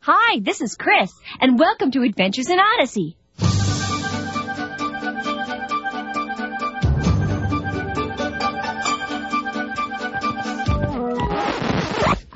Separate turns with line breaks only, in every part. Hi, this is Chris, and welcome to Adventures in Odyssey.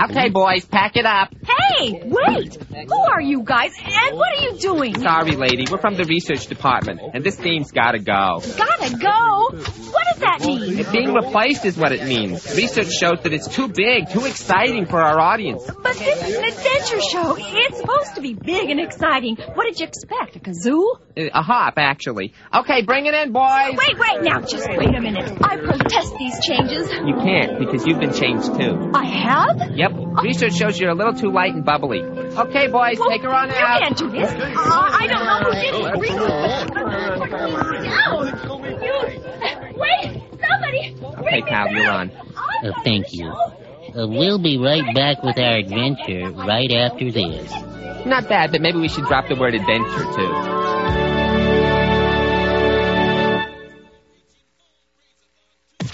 Okay, boys, pack it up.
Hey, wait! Who are you guys, and what are you doing?
Sorry, lady, we're from the research department, and this theme's gotta go.
Gotta go! What does that mean?
It being replaced is what it means. Research shows that it's too big, too exciting for our audience.
But this is an adventure show. It's supposed to be big and exciting. What did you expect? A kazoo?
Uh, A hop, actually. Okay, bring it in, boys.
Wait, wait, now, just wait a minute. I protest these changes.
You can't, because you've been changed too.
I have?
Yep, research shows you're a little too light and bubbly. Okay, boys,
Well,
take her on
you
out.
can't do this. Uh, I don't know who did it. Bring You. Wait, somebody.
Okay,
bring me
pal,
down.
you're on.
I'm
Uh,
on
thank
the
you.
show.
Uh, we'll be right back with our adventure right after this.
Not bad, but maybe we should drop the word adventure too.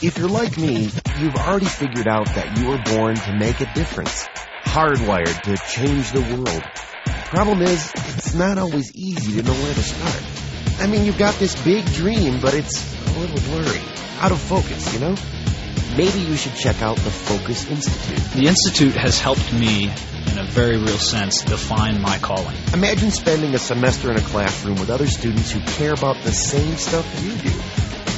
If you're like me, you've already figured out that you were born to make a difference, hardwired to change the world. Problem is, it's not always easy to know where to start. I mean, you've got this big dream, but it's a little blurry, out of focus, you know? Maybe you should check out the Focus Institute.
The Institute has helped me, in a very real sense, define my calling.
Imagine spending a semester in a classroom with other students who care about the same stuff you do.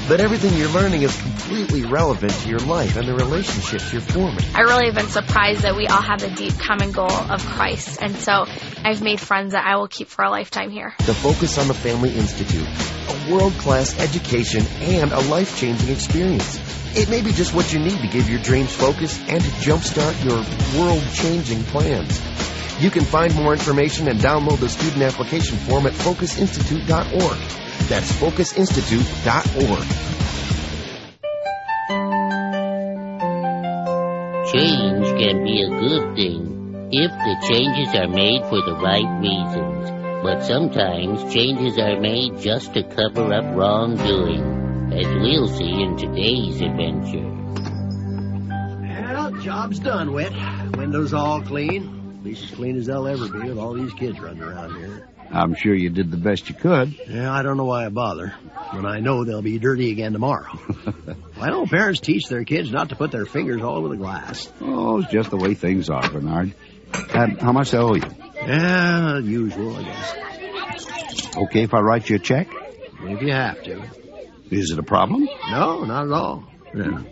But everything you're learning is completely relevant to your life and the relationships you're forming.
I really have been surprised that we all have a deep common goal of Christ, and so I've made friends that I will keep for a lifetime here.
The Focus on the Family Institute, a world-class education and a life-changing experience. It may be just what you need to give your dreams focus and to jumpstart your world-changing plans. You can find more information and download the student application form at focusinstitute.org. That's focusinstitute.org.
Change can be a good thing if the changes are made for the right reasons. But sometimes changes are made just to cover up wrongdoing, as we'll see in today's adventure.
Well, job's done, Wit. Windows all clean. At least as clean as they'll ever be with all these kids running around here.
I'm sure you did the best you could.
Yeah, I don't know why I bother. When I know they'll be dirty again tomorrow. why don't parents teach their kids not to put their fingers all over the glass?
Oh, it's just the way things are, Bernard. Um, how much I owe you?
Yeah, usual, I guess.
Okay if I write you a check?
If you have to.
Is it a problem?
No, not at all.
No.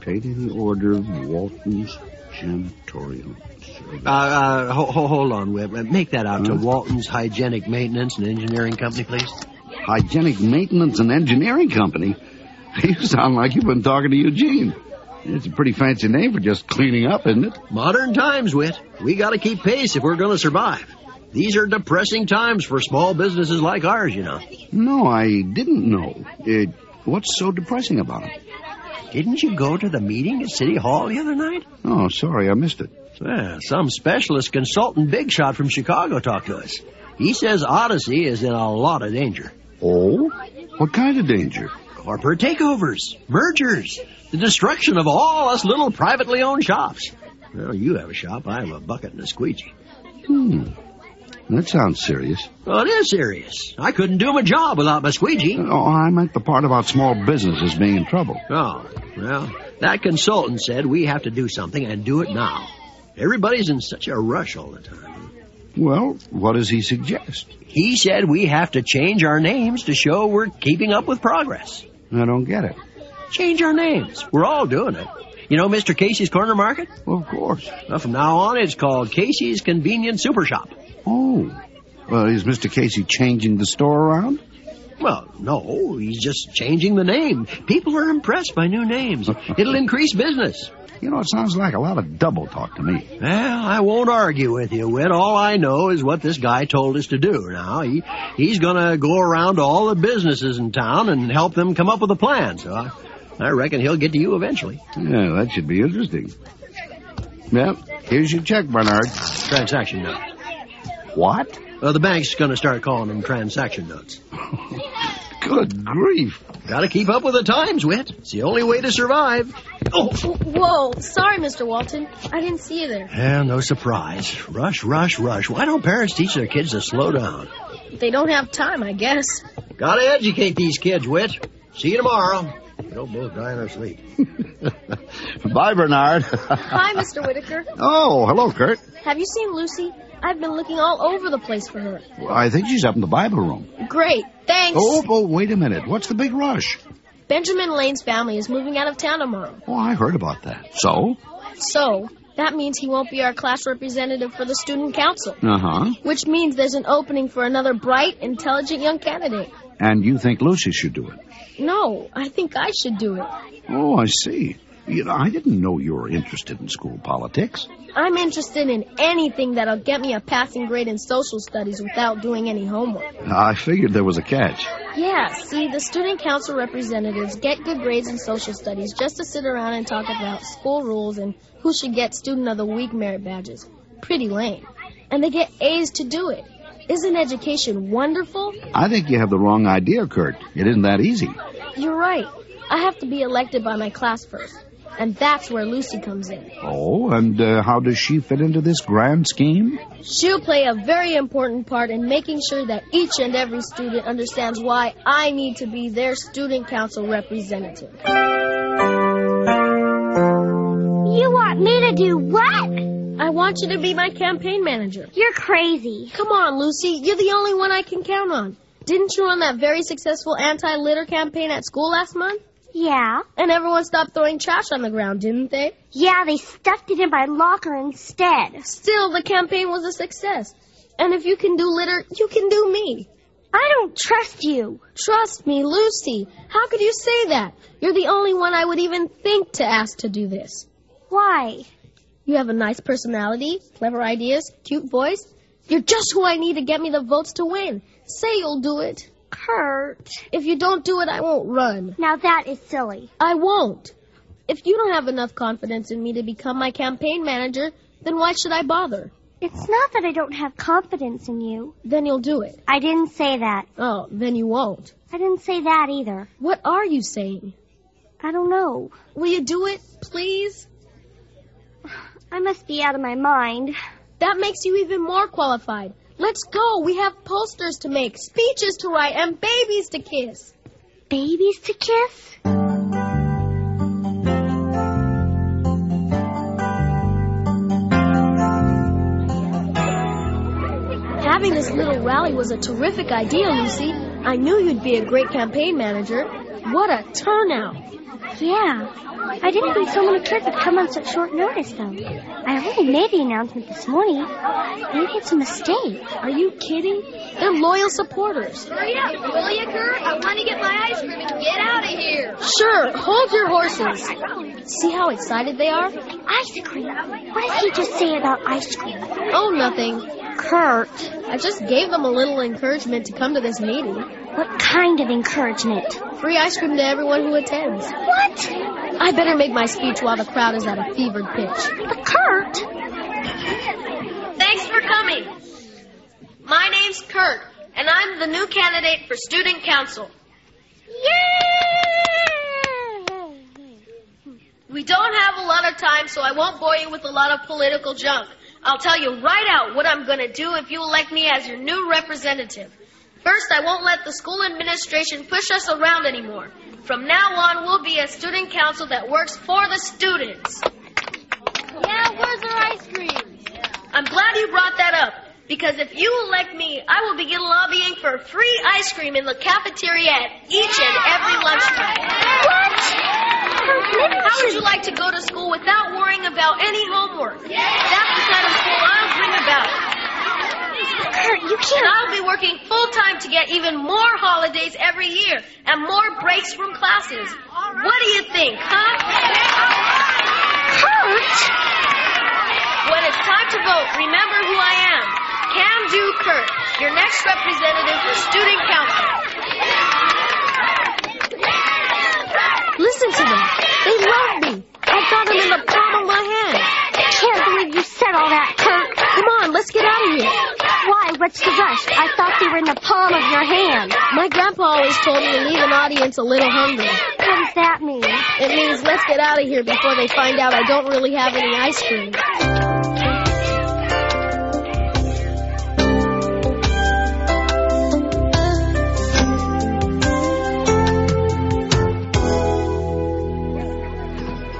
Paid in the order of Walton's Janitorial Service.
Uh, uh, ho- ho- hold on, Whit. Make that out to Walton's Hygienic Maintenance and Engineering Company, please.
Hygienic Maintenance and Engineering Company. You sound like you've been talking to Eugene. It's a pretty fancy name for just cleaning up, isn't it?
Modern times, Wit. We gotta keep pace if we're gonna survive. These are depressing times for small businesses like ours, you know.
No, I didn't know. It, what's so depressing about it?
Didn't you go to the meeting at City Hall the other night?
Oh, sorry, I missed it.
Yeah, some specialist consultant big shot from Chicago talked to us. He says Odyssey is in a lot of danger.
Oh? What kind of danger?
Corporate takeovers, mergers, the destruction of all us little privately owned shops. Well, you have a shop, I have a bucket and a squeegee.
Hmm. That sounds serious.
Well, it is serious. I couldn't do my job without my squeegee.
Oh, I meant the part about small businesses being in trouble.
Oh, well, that consultant said we have to do something and do it now. Everybody's in such a rush all the time.
Well, what does he suggest?
He said we have to change our names to show we're keeping up with progress.
I don't get it.
Change our names. We're all doing it. You know Mr. Casey's Corner Market?
Well, of course.
Well, from now on, it's called Casey's Convenience Super Shop.
Oh. Well, is Mr. Casey changing the store around?
Well, no, he's just changing the name. People are impressed by new names. It'll increase business.
You know, it sounds like a lot of double talk to me.
Well, I won't argue with you, Whit. All I know is what this guy told us to do. Now, he, he's gonna go around to all the businesses in town and help them come up with a plan, so I, I reckon he'll get to you eventually.
Yeah, that should be interesting. Well, here's your check, Bernard.
Transaction note.
What?
Uh, the bank's gonna start calling them transaction notes.
Good grief.
Gotta keep up with the times, Wit. It's the only way to survive. Oh,
Whoa, sorry, Mr. Walton. I didn't see you there.
yeah, no surprise. Rush, rush, rush. Why don't parents teach their kids to slow down?
They don't have time, I guess.
Gotta educate these kids, Wit. See you tomorrow. We don't both die in our sleep.
Bye, Bernard.
Hi, Mr. Whitaker.
oh, hello, Kurt.
Have you seen Lucy? I've been looking all over the place for her.
I think she's up in the Bible room.
Great, thanks.
Oh, oh, wait a minute. What's the big rush?
Benjamin Lane's family is moving out of town tomorrow.
Oh, I heard about that. So?
So, that means he won't be our class representative for the student council.
Uh huh.
Which means there's an opening for another bright, intelligent young candidate.
And you think Lucy should do it?
No, I think I should do it.
Oh, I see. You know, I didn't know you were interested in school politics.
I'm interested in anything that'll get me a passing grade in social studies without doing any homework.
I figured there was a catch.
Yeah, see, the student council representatives get good grades in social studies just to sit around and talk about school rules and who should get student of the week merit badges. Pretty lame. And they get A's to do it. Isn't education wonderful?
I think you have the wrong idea, Kurt. It isn't that easy.
You're right. I have to be elected by my class first. And that's where Lucy comes in.
Oh, and uh, how does she fit into this grand scheme?
She'll play a very important part in making sure that each and every student understands why I need to be their student council representative.
You want me to do what?
I want you to be my campaign manager.
You're crazy.
Come on, Lucy, you're the only one I can count on. Didn't you run that very successful anti-litter campaign at school last month?
Yeah.
And everyone stopped throwing trash on the ground, didn't they?
Yeah, they stuffed it in my locker instead.
Still, the campaign was a success. And if you can do litter, you can do me.
I don't trust you.
Trust me, Lucy. How could you say that? You're the only one I would even think to ask to do this.
Why?
You have a nice personality, clever ideas, cute voice. You're just who I need to get me the votes to win. Say you'll do it.
Kurt.
If you don't do it, I won't run.
Now that is silly.
I won't. If you don't have enough confidence in me to become my campaign manager, then why should I bother?
It's not that I don't have confidence in you.
Then you'll do it.
I didn't say that.
Oh, then you won't.
I didn't say that either.
What are you saying?
I don't know.
Will you do it, please?
I must be out of my mind.
That makes you even more qualified. Let's go. We have posters to make, speeches to write, and babies to kiss.
Babies to kiss?
Having this little rally was a terrific idea, Lucy. I knew you'd be a great campaign manager. What a turnout.
Yeah. I didn't think so many kids would come on such short notice, though. I already made the announcement this morning. Maybe it's a mistake.
Are you kidding? They're loyal supporters. Hurry up, will you, Kurt? I want to get my ice cream and get out of here. Sure, hold your horses. See how excited they are?
Ice cream. What did he just say about ice cream?
Oh, nothing.
Kurt,
I just gave them a little encouragement to come to this meeting.
what kind of encouragement?
Free ice cream to everyone who attends.
What?
I better make my speech while the crowd is at a fevered pitch.
But Kurt,
Thanks for coming. My name's Kurt, and I'm the new candidate for student council. We don't have a lot of time, so I won't bore you with a lot of political junk. I'll tell you right out what I'm going to do if you elect me as your new representative. First, I won't let the school administration push us around anymore. From now on, we'll be a student council that works for the students.
Yeah, where's our ice cream?
I'm glad you brought that up, because if you elect me, I will begin lobbying for free ice cream in the cafeteria at each and every lunchtime. What? How would you like to go to school without worrying about any homework? That's the kind of school I'll bring about.
Kurt, you
And
can't.
I'll be working full time to get even more holidays every year and more breaks from classes. What do you think, huh?
Kurt!
When it's time to vote, remember who I am. Cam Do Kurt, your next representative for student council.
Listen to them. They love me. I've got them in the palm of my hand.
I can't believe you said all that, Kurt.
Come on, let's get out of here.
Why? What's the rush? I thought they were in the palm of your hand.
My grandpa always told me to leave an audience a little hungry.
What does that mean?
It means let's get out of here before they find out I don't really have any ice cream.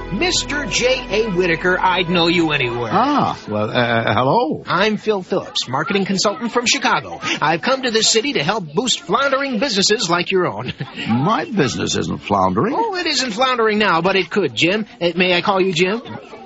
Mr. J.A. Whitaker, I'd know you anywhere.
Ah, well, uh, hello.
I'm Phil Phillips, marketing consultant from Chicago. I've come to this city to help boost floundering businesses like your own.
My business isn't floundering.
Oh, it isn't floundering now, but it could, Jim. Uh, may I call you Jim?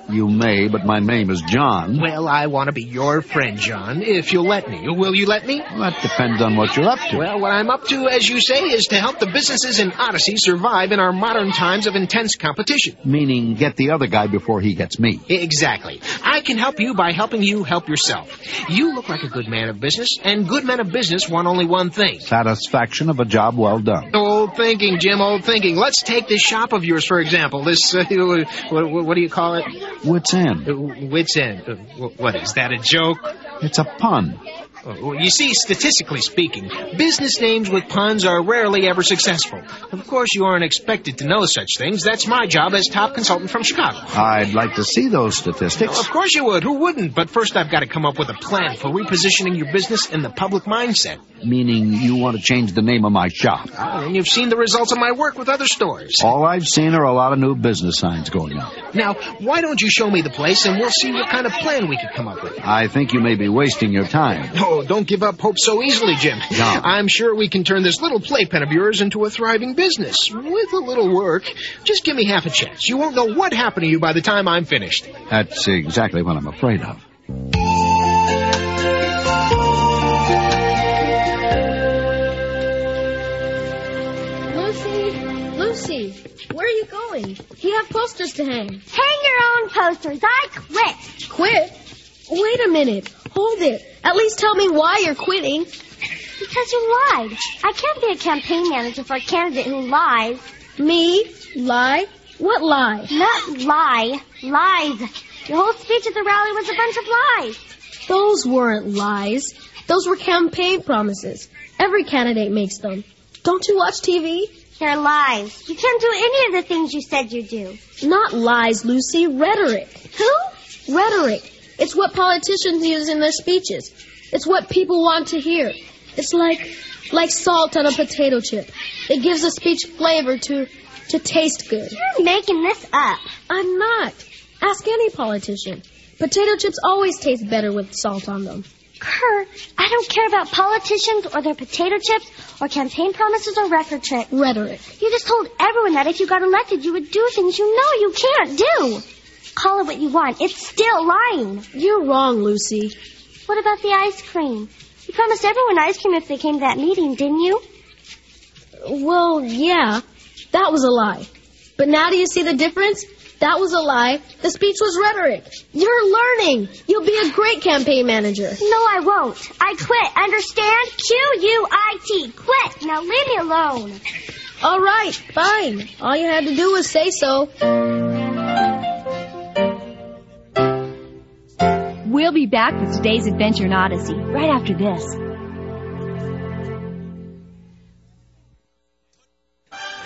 You may, but my name is John.
Well, I want to be your friend, John, if you'll let me. Will you let me?
Well, that depends on what you're up to.
Well, what I'm up to, as you say, is to help the businesses in Odyssey survive in our modern times of intense competition. E-,
Meaning, get the other guy before he gets me.
Exactly. I can help you by helping you help yourself. You look like a good man of business, and good men of business want only one thing.
Satisfaction of a job well done.
Old thinking, Jim, old thinking. Let's take this shop of yours, for example. This, uh, what, what do you call it?
Wits end.
Uh, Wits end. Uh, wh- What is that, a joke? Oh,
It's a pun.
Well, You see, statistically speaking, business names with puns are rarely ever successful. Of course, you aren't expected to know such things. That's my job as top consultant from Chicago.
I'd like to see those statistics.
Of course you would. Who wouldn't? But first, I've got to come up with a plan for repositioning your business in the public mindset.
Meaning, you want to change the name of my shop.
Ah, and you've seen the results of my work with other stores.
All I've seen are a lot of new business signs going up.
Now, why don't you show me the place and we'll see what kind of plan we could come up with?
I think you may be wasting your time.
Oh, don't give up hope so easily, Jim.
No.
I'm sure we can turn this little playpen of yours into a thriving business. With a little work, just give me half a chance. You won't know what happened to you by the time I'm finished.
That's exactly what I'm afraid of.
Lucy, Lucy, where are you going? You have posters to hang.
Hang your own posters. I quit.
Quit? Wait a minute. Hold it. At least tell me why you're quitting.
Because you lied. I can't be a campaign manager for a candidate who lies.
Me? Lie? What lie?
Not lie. Lies. Your whole speech at the rally was a bunch of lies.
Those weren't lies. Those were campaign promises. Every candidate makes them. Don't you watch TV?
They're lies. You can't do any of the things you said you do.
Not lies, Lucy. Rhetoric. Who? Rhetoric. It's what politicians use in their speeches. It's what people want to hear. It's like, like salt on a potato chip. It gives a speech flavor to, to taste good.
You're making this up.
I'm not. Ask any politician. Potato chips always taste better with salt on them.
Kerr, I don't care about politicians or their potato chips or campaign promises or record tricks.
Rhetoric.
You just told everyone that if you got elected, you would do things you know you can't do. Call it what you want. It's still lying.
You're wrong, Lucy.
What about the ice cream? You promised everyone ice cream if they came to that meeting, didn't you?
Well, yeah, that was a lie. But now do you see the difference? That was a lie. The speech was rhetoric. You're learning. You'll be a great campaign manager.
No, I won't. I quit. Understand? Q-U-I-T. Quit. Now leave me alone.
All right, fine. All you had to do was say so.
We'll be back with today's adventure in Odyssey right after this.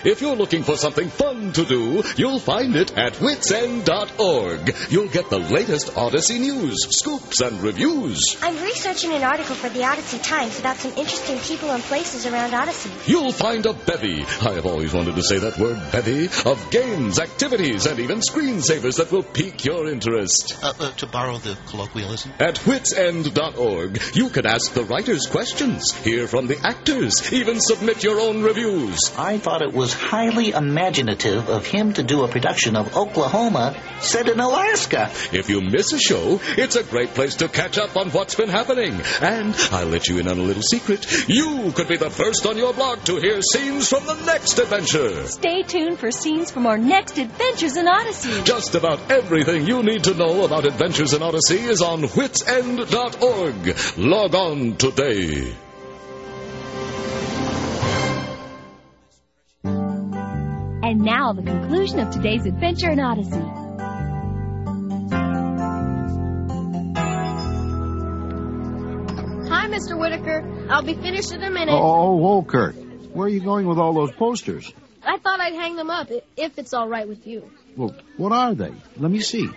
If you're looking for something fun to do, you'll find it at witsend.org. You'll get the latest Odyssey news, scoops, and reviews.
I'm researching an article for the Odyssey Times about some interesting people and places around Odyssey.
You'll find a bevy, I have always wanted to say that word bevy, of games, activities, and even screensavers that will pique your interest.
Uh, uh, to borrow the colloquialism.
At witsend.org, you can ask the writers questions, hear from the actors, even submit your own reviews.
I thought it was highly imaginative of him to do a production of Oklahoma set in Alaska.
If you miss a show, it's a great place to catch up on what's been happening. And I'll let you in on a little secret. You could be the first on your blog to hear scenes from the next adventure.
Stay tuned for scenes from our next adventures in Odyssey.
Just about everything you need to know about Adventures in Odyssey is on witsend.org. Log on today.
And now the conclusion of today's adventure in Odyssey.
Hi,
Bye, Mr. Whitaker. I'll be finished in a minute.
Oh, whoa, Kirk. Where are you going with all those posters?
I thought I'd hang them up i- if it's all right with you.
Well, what are they? Let me see.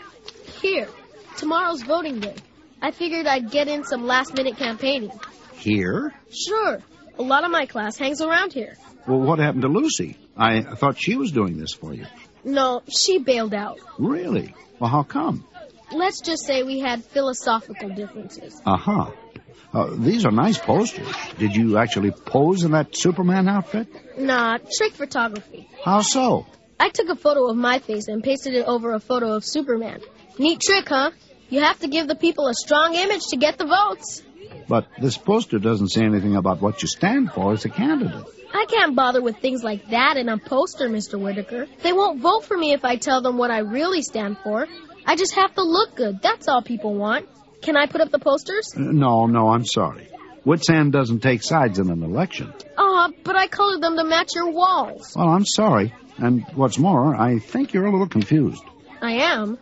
Here, tomorrow's voting day. I figured I'd get in some last minute campaigning.
Here?
Sure, a lot of my class hangs around here.
Well, what happened to Lucy? I thought she was doing this for you.
No, she bailed out.
Really? Well, how come?
Let's just say we had philosophical differences.
Uh-huh. Uh, these are nice posters. Did you actually pose in that Superman outfit?
Nah, trick photography.
How so?
I took a photo of my face and pasted it over a photo of Superman. Neat trick, huh? You have to give the people a strong image to get the votes.
But this poster doesn't say anything about what you stand for as a candidate. Uh,
I can't bother with things like that in a poster, Mr. Whitaker. They won't vote for me if I tell them what I really stand for. I just have to look good. That's all people want. Can I put up the posters?
Uh, No, no, I'm sorry. Whitsand doesn't take sides in an election.
Ah, but I colored them to match your walls.
Well, I'm sorry. And what's more, I think you're a little confused.
I am.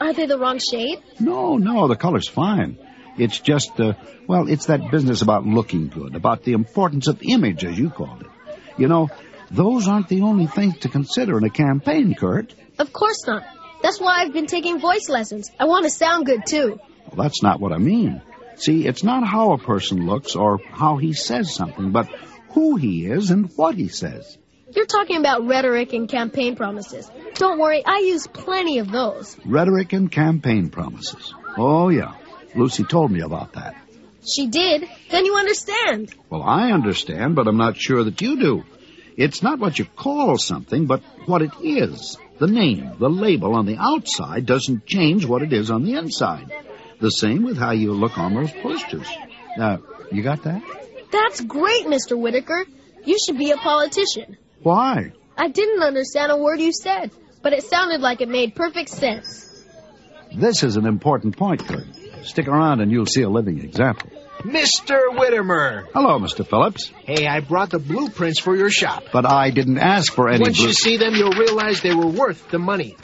Are they the wrong shade?
No, no, the color's fine. It's just, uh, well, it's that business about looking good, about the importance of image, as you called it. You know, those aren't the only things to consider in a campaign, Kurt.
Of course not. That's why I've been taking voice lessons. I want to sound good too.
Well, that's not what I mean. See, it's not how a person looks or how he says something, but who he is and what he says.
You're talking about rhetoric and campaign promises. Don't worry, I use plenty of those.
Rhetoric and campaign promises. Oh, yeah. Lucy told me about that.
She did. Then you understand.
Well, I understand, but I'm not sure that you do. It's not what you call something, but what it is. The name, the label on the outside doesn't change what it is on the inside. The same with how you look on those posters. Now, you got that?
That's great, Mr. Whitaker. You should be a politician.
Why?
I didn't understand a word you said, but it sounded like it made perfect sense.
This is an important point, Kurt. Stick around and you'll see a living example.
Mr. Whittemer.
Hello, Mr. Phillips.
Hey, I brought the blueprints for your shop.
But I didn't ask for any
Once
blue-
you see them, you'll realize they were worth the money.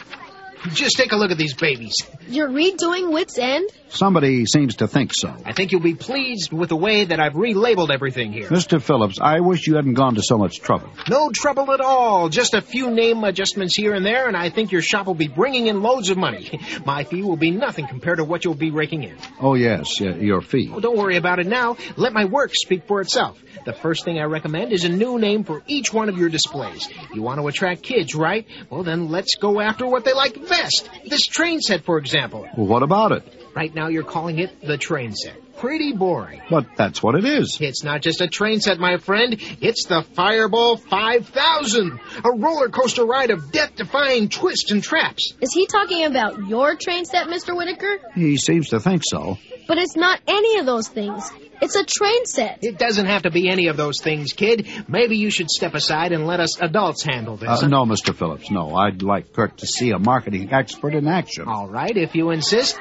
Just take a look at these babies.
You're redoing Wits End?
Somebody seems to think so.
I think you'll be pleased with the way that I've relabeled everything here.
Mr. Phillips, I wish you hadn't gone to so much trouble.
No trouble at all. Just a few name adjustments here and there, and I think your shop will be bringing in loads of money. My fee will be nothing compared to what you'll be raking in.
Oh, yes, y- your fee.
Oh, don't worry about it now. Let my work speak for itself. The first thing I recommend is a new name for each one of your displays. You want to attract kids, right? Well, then let's go after what they like best. This train set, for example.
Well, what about it?
Right now you're calling it the train set. Pretty boring.
But that's what it is.
It's not just a train set, my friend. It's the Fireball 5000, a roller coaster ride of death-defying twists and traps.
Is he talking about your train set, Mr. Whitaker?
He seems to think so.
But it's not any of those things. It's a train set.
It doesn't have to be any of those things, kid. Maybe you should step aside and let us adults handle this.
Uh, no, Mr. Phillips, no. I'd like Kurt to see a marketing expert in action.
All right, if you insist.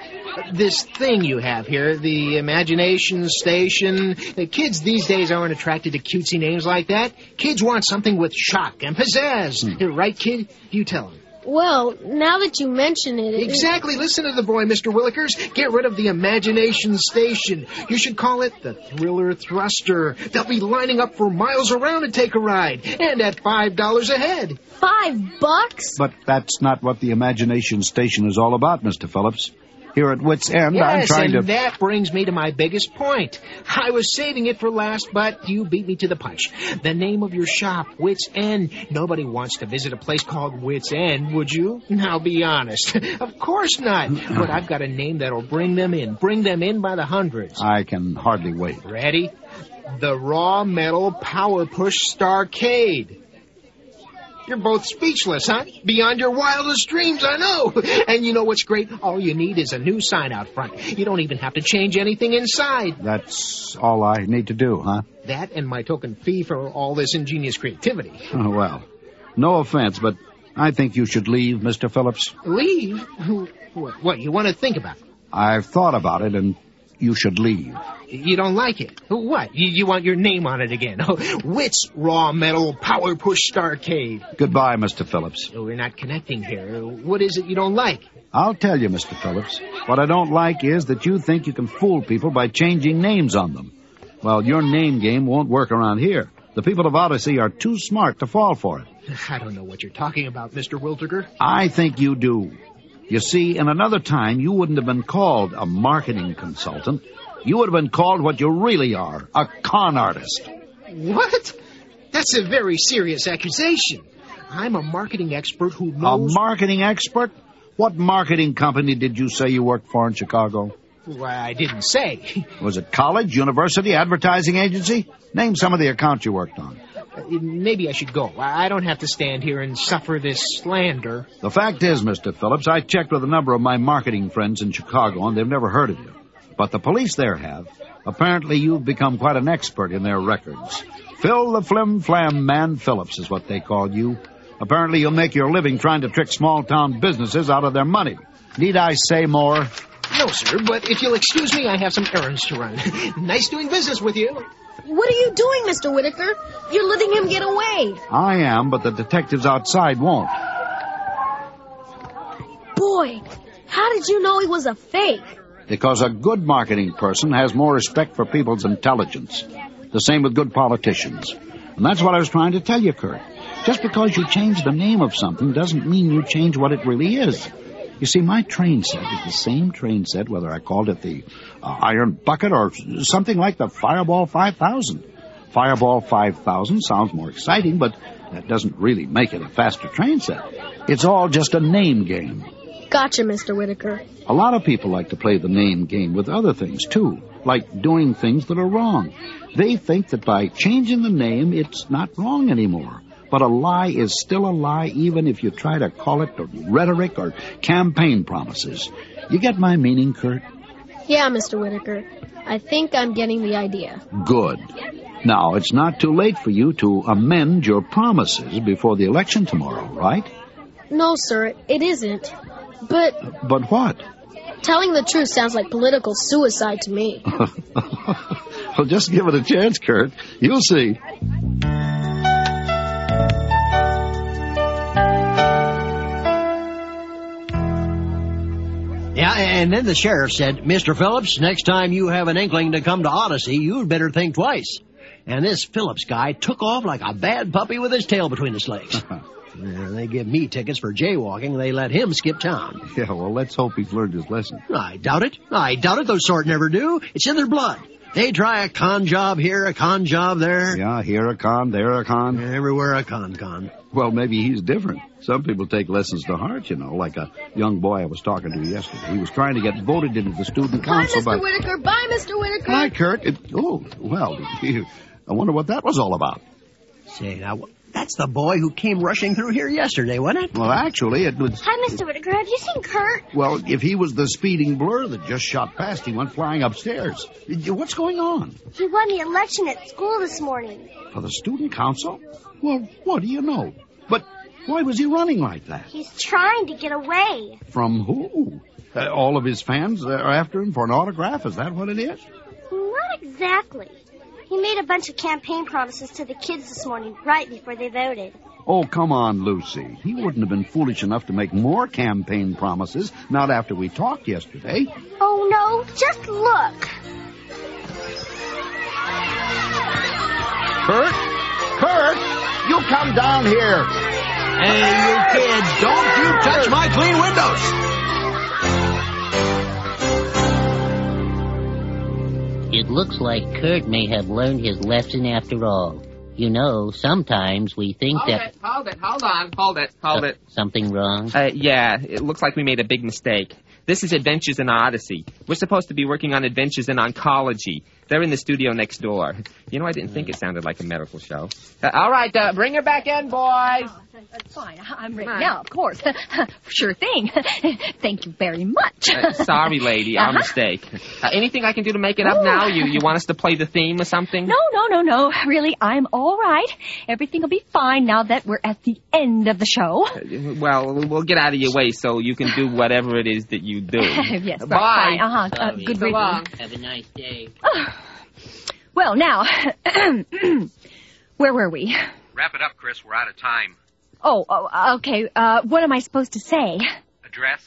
This thing you have here, the imagination station. The kids these days aren't attracted to cutesy names like that. Kids want something with shock and pizzazz.
Hmm.
Right, kid? You tell them.
Well, now that you mention it, it
Exactly. Listen to the boy, Mr. Willikers. Get rid of the imagination station. You should call it the Thriller Thruster. They'll be lining up for miles around to take a ride, and at five dollars a head.
Five bucks?
But that's not what the imagination station is all about, Mr. Phillips. Here at Wits End, I'm
yes,
trying to.
and that brings me to my biggest point. I was saving it for last, but you beat me to the punch. The name of your shop, Wits End. Nobody wants to visit a place called Wits End, would you? Now be honest. of course not. but I've got a name that'll bring them in. Bring them in by the hundreds.
I can hardly wait.
Ready? The Raw Metal Power Push Starcade. You're both speechless, huh? Beyond your wildest dreams, I know. And you know what's great? All you need is a new sign out front. You don't even have to change anything inside.
That's all I need to do, huh?
That and my token fee for all this ingenious creativity.
Oh, well, no offense, but I think you should leave, Mr. Phillips.
Leave? What, what you want to think about?
I've thought about it, and you should leave.
You don't like it? What? You, you want your name on it again? Wits Raw Metal Power Push Starcade. Oh,
Goodbye, Mr. Phillips.
We're not connecting here. What is it you don't like?
I'll tell you, Mr. Phillips. What I don't like is that you think you can fool people by changing names on them. Well, your name game won't work around here. The people of Odyssey are too smart to fall for it.
I don't know what you're talking about, Mr. Wildiger.
I think you do. You see, in another time, you wouldn't have been called a marketing consultant. You would have been called what you really are a con artist.
What? That's a very serious accusation. I'm a marketing expert who
A
knows.
marketing expert? What marketing company did you say you worked for in Chicago?
Why, I didn't say.
Was it college, university, advertising agency? Name some of the accounts you worked on.
Uh, Maybe I should go. I I don't have to stand here and suffer this slander.
The fact is, Mr. Phillips, I checked with a number of my marketing friends in Chicago and they've never heard of you. But the police there have. Apparently you've become quite an expert in their records. Phil the Flim Flam Man Phillips is what they call you. Apparently you'll make your living trying to trick small town businesses out of their money. Need I say more?
No, sir, but if you'll excuse me, I have some errands to run. nice doing business with you.
What are you doing, Mr. Whitaker? You're letting him get away.
I am, but the detectives outside won't.
Boy, how did you know he was a fake?
Because a good marketing person has more respect for people's intelligence. The same with good politicians. And that's what I was trying to tell you, Kurt. Just because you change the name of something doesn't mean you change what it really is. You see, my train set is the same train set, whether I called it the uh, Iron Bucket or something like the Fireball 5000. Fireball 5000 sounds more exciting, but that doesn't really make it a faster train set. It's all just a name game.
Gotcha, Mr. Whitaker.
A lot of people like to play the name game with other things, too, like doing things that are wrong. They think that by changing the name, it's not wrong anymore. But a lie is still a lie, even if you try to call it rhetoric or campaign promises. You get my meaning, Kurt?
Yeah, Mr. Whitaker. I think I'm getting the idea.
Good. Now, it's not too late for you to amend your promises before the election tomorrow, right?
No, sir, it isn't. But
But what?
telling the truth sounds like political suicide to me.
Well, just give it a chance, Kurt. You'll see.
Yeah, and then the sheriff said, Mr. Phillips, next time you have an inkling to come to Odyssey, you'd better think twice. And this Phillips guy took off like a bad puppy with his tail between his legs. Yeah, they give me tickets for jaywalking. They let him skip town.
Yeah, well, let's hope he's learned his lesson.
I doubt it. I doubt it. Those sort never do. It's in their blood. They try a con job here, a con job there.
Yeah, here a con, there a con.
Everywhere a con con.
Well, maybe he's different. Some people take lessons to heart, you know, like a young boy I was talking to yesterday. He was trying to get voted into the student
Bye,
council by.
Mr. Whitaker. Bye, Mr. Whitaker.
Hi, Kurt. It, oh, well, I wonder what that was all about.
Say, now, that's the boy who came rushing through here yesterday, wasn't it?
Well, actually, it was.
Hi, Mr. Whitaker. Have you seen Kurt?
Well, if he was the speeding blur that just shot past, he went flying upstairs. What's going on?
He won the election at school this morning.
For the student council? Well, what do you know? But why was he running like that?
He's trying to get away.
From who? Uh, all of his fans are after him for an autograph? Is that what it is?
Not exactly. He made a bunch of campaign promises to the kids this morning, right before they voted.
Oh, come on, Lucy. He wouldn't have been foolish enough to make more campaign promises, not after we talked yesterday.
Oh no, just look.
Kurt? Kurt? You come down here.
Hey, you kids, don't you touch my clean windows!
It looks like Kurt may have learned his lesson after all. You know, sometimes we think
Hold
that
it, hold it, hold on, hold it, hold it.
something wrong.
Uh, yeah, it looks like we made a big mistake. This is Adventures in Odyssey. We're supposed to be working on Adventures in Oncology. They're in the studio next door. You know, I didn't think it sounded like a medical show. Uh, all right, uh, bring her back in, boys.
Oh, That's fine. I- I'm ready now, of course. sure thing. Thank you very much.
Uh, sorry, lady, our
Uh-huh.
mistake. Uh, anything I can do to make it up
Ooh.
now? You you want us to play the theme or something?
No, no, no, no. Really, I'm all right. Everything will be fine now that we're at the end of the show.
Uh, Well, we'll get out of your way so you can do whatever it is that you do.
yes, right,
Bye.
fine. Uh-huh. Uh,
Sorry.
good
So
riddance.
Have a nice day.
Well, now, where were we?
Wrap it up, Chris. We're out of time.
Oh, oh okay. Uh, what am I supposed to say?
Address?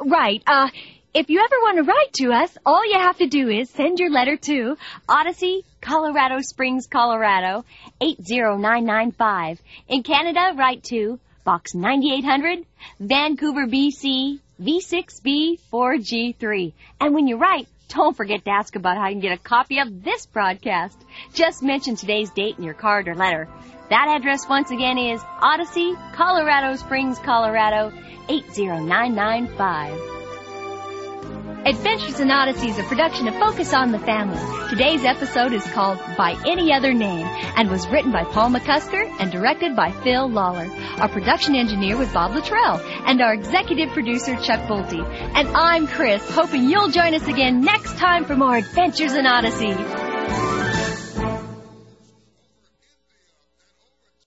Right. Uh, If you ever want to write to us, all you have to do is send your letter to Odyssey, Colorado Springs, Colorado 80995. In Canada, write to Box 9800, Vancouver, BC V6B4G3. And when you write, don't forget to ask about how you can get a copy of this broadcast. Just mention today's date in your card or letter. That address once again is Odyssey, Colorado Springs, Colorado 80995.
Adventures in Odyssey is a production of Focus on the Family. Today's episode is called By Any Other Name and was written by Paul McCusker and directed by Phil Lawler. Our production engineer was Bob Luttrell and our executive producer Chuck Bolte. And I'm Chris, hoping you'll join us again next time for more Adventures in Odyssey.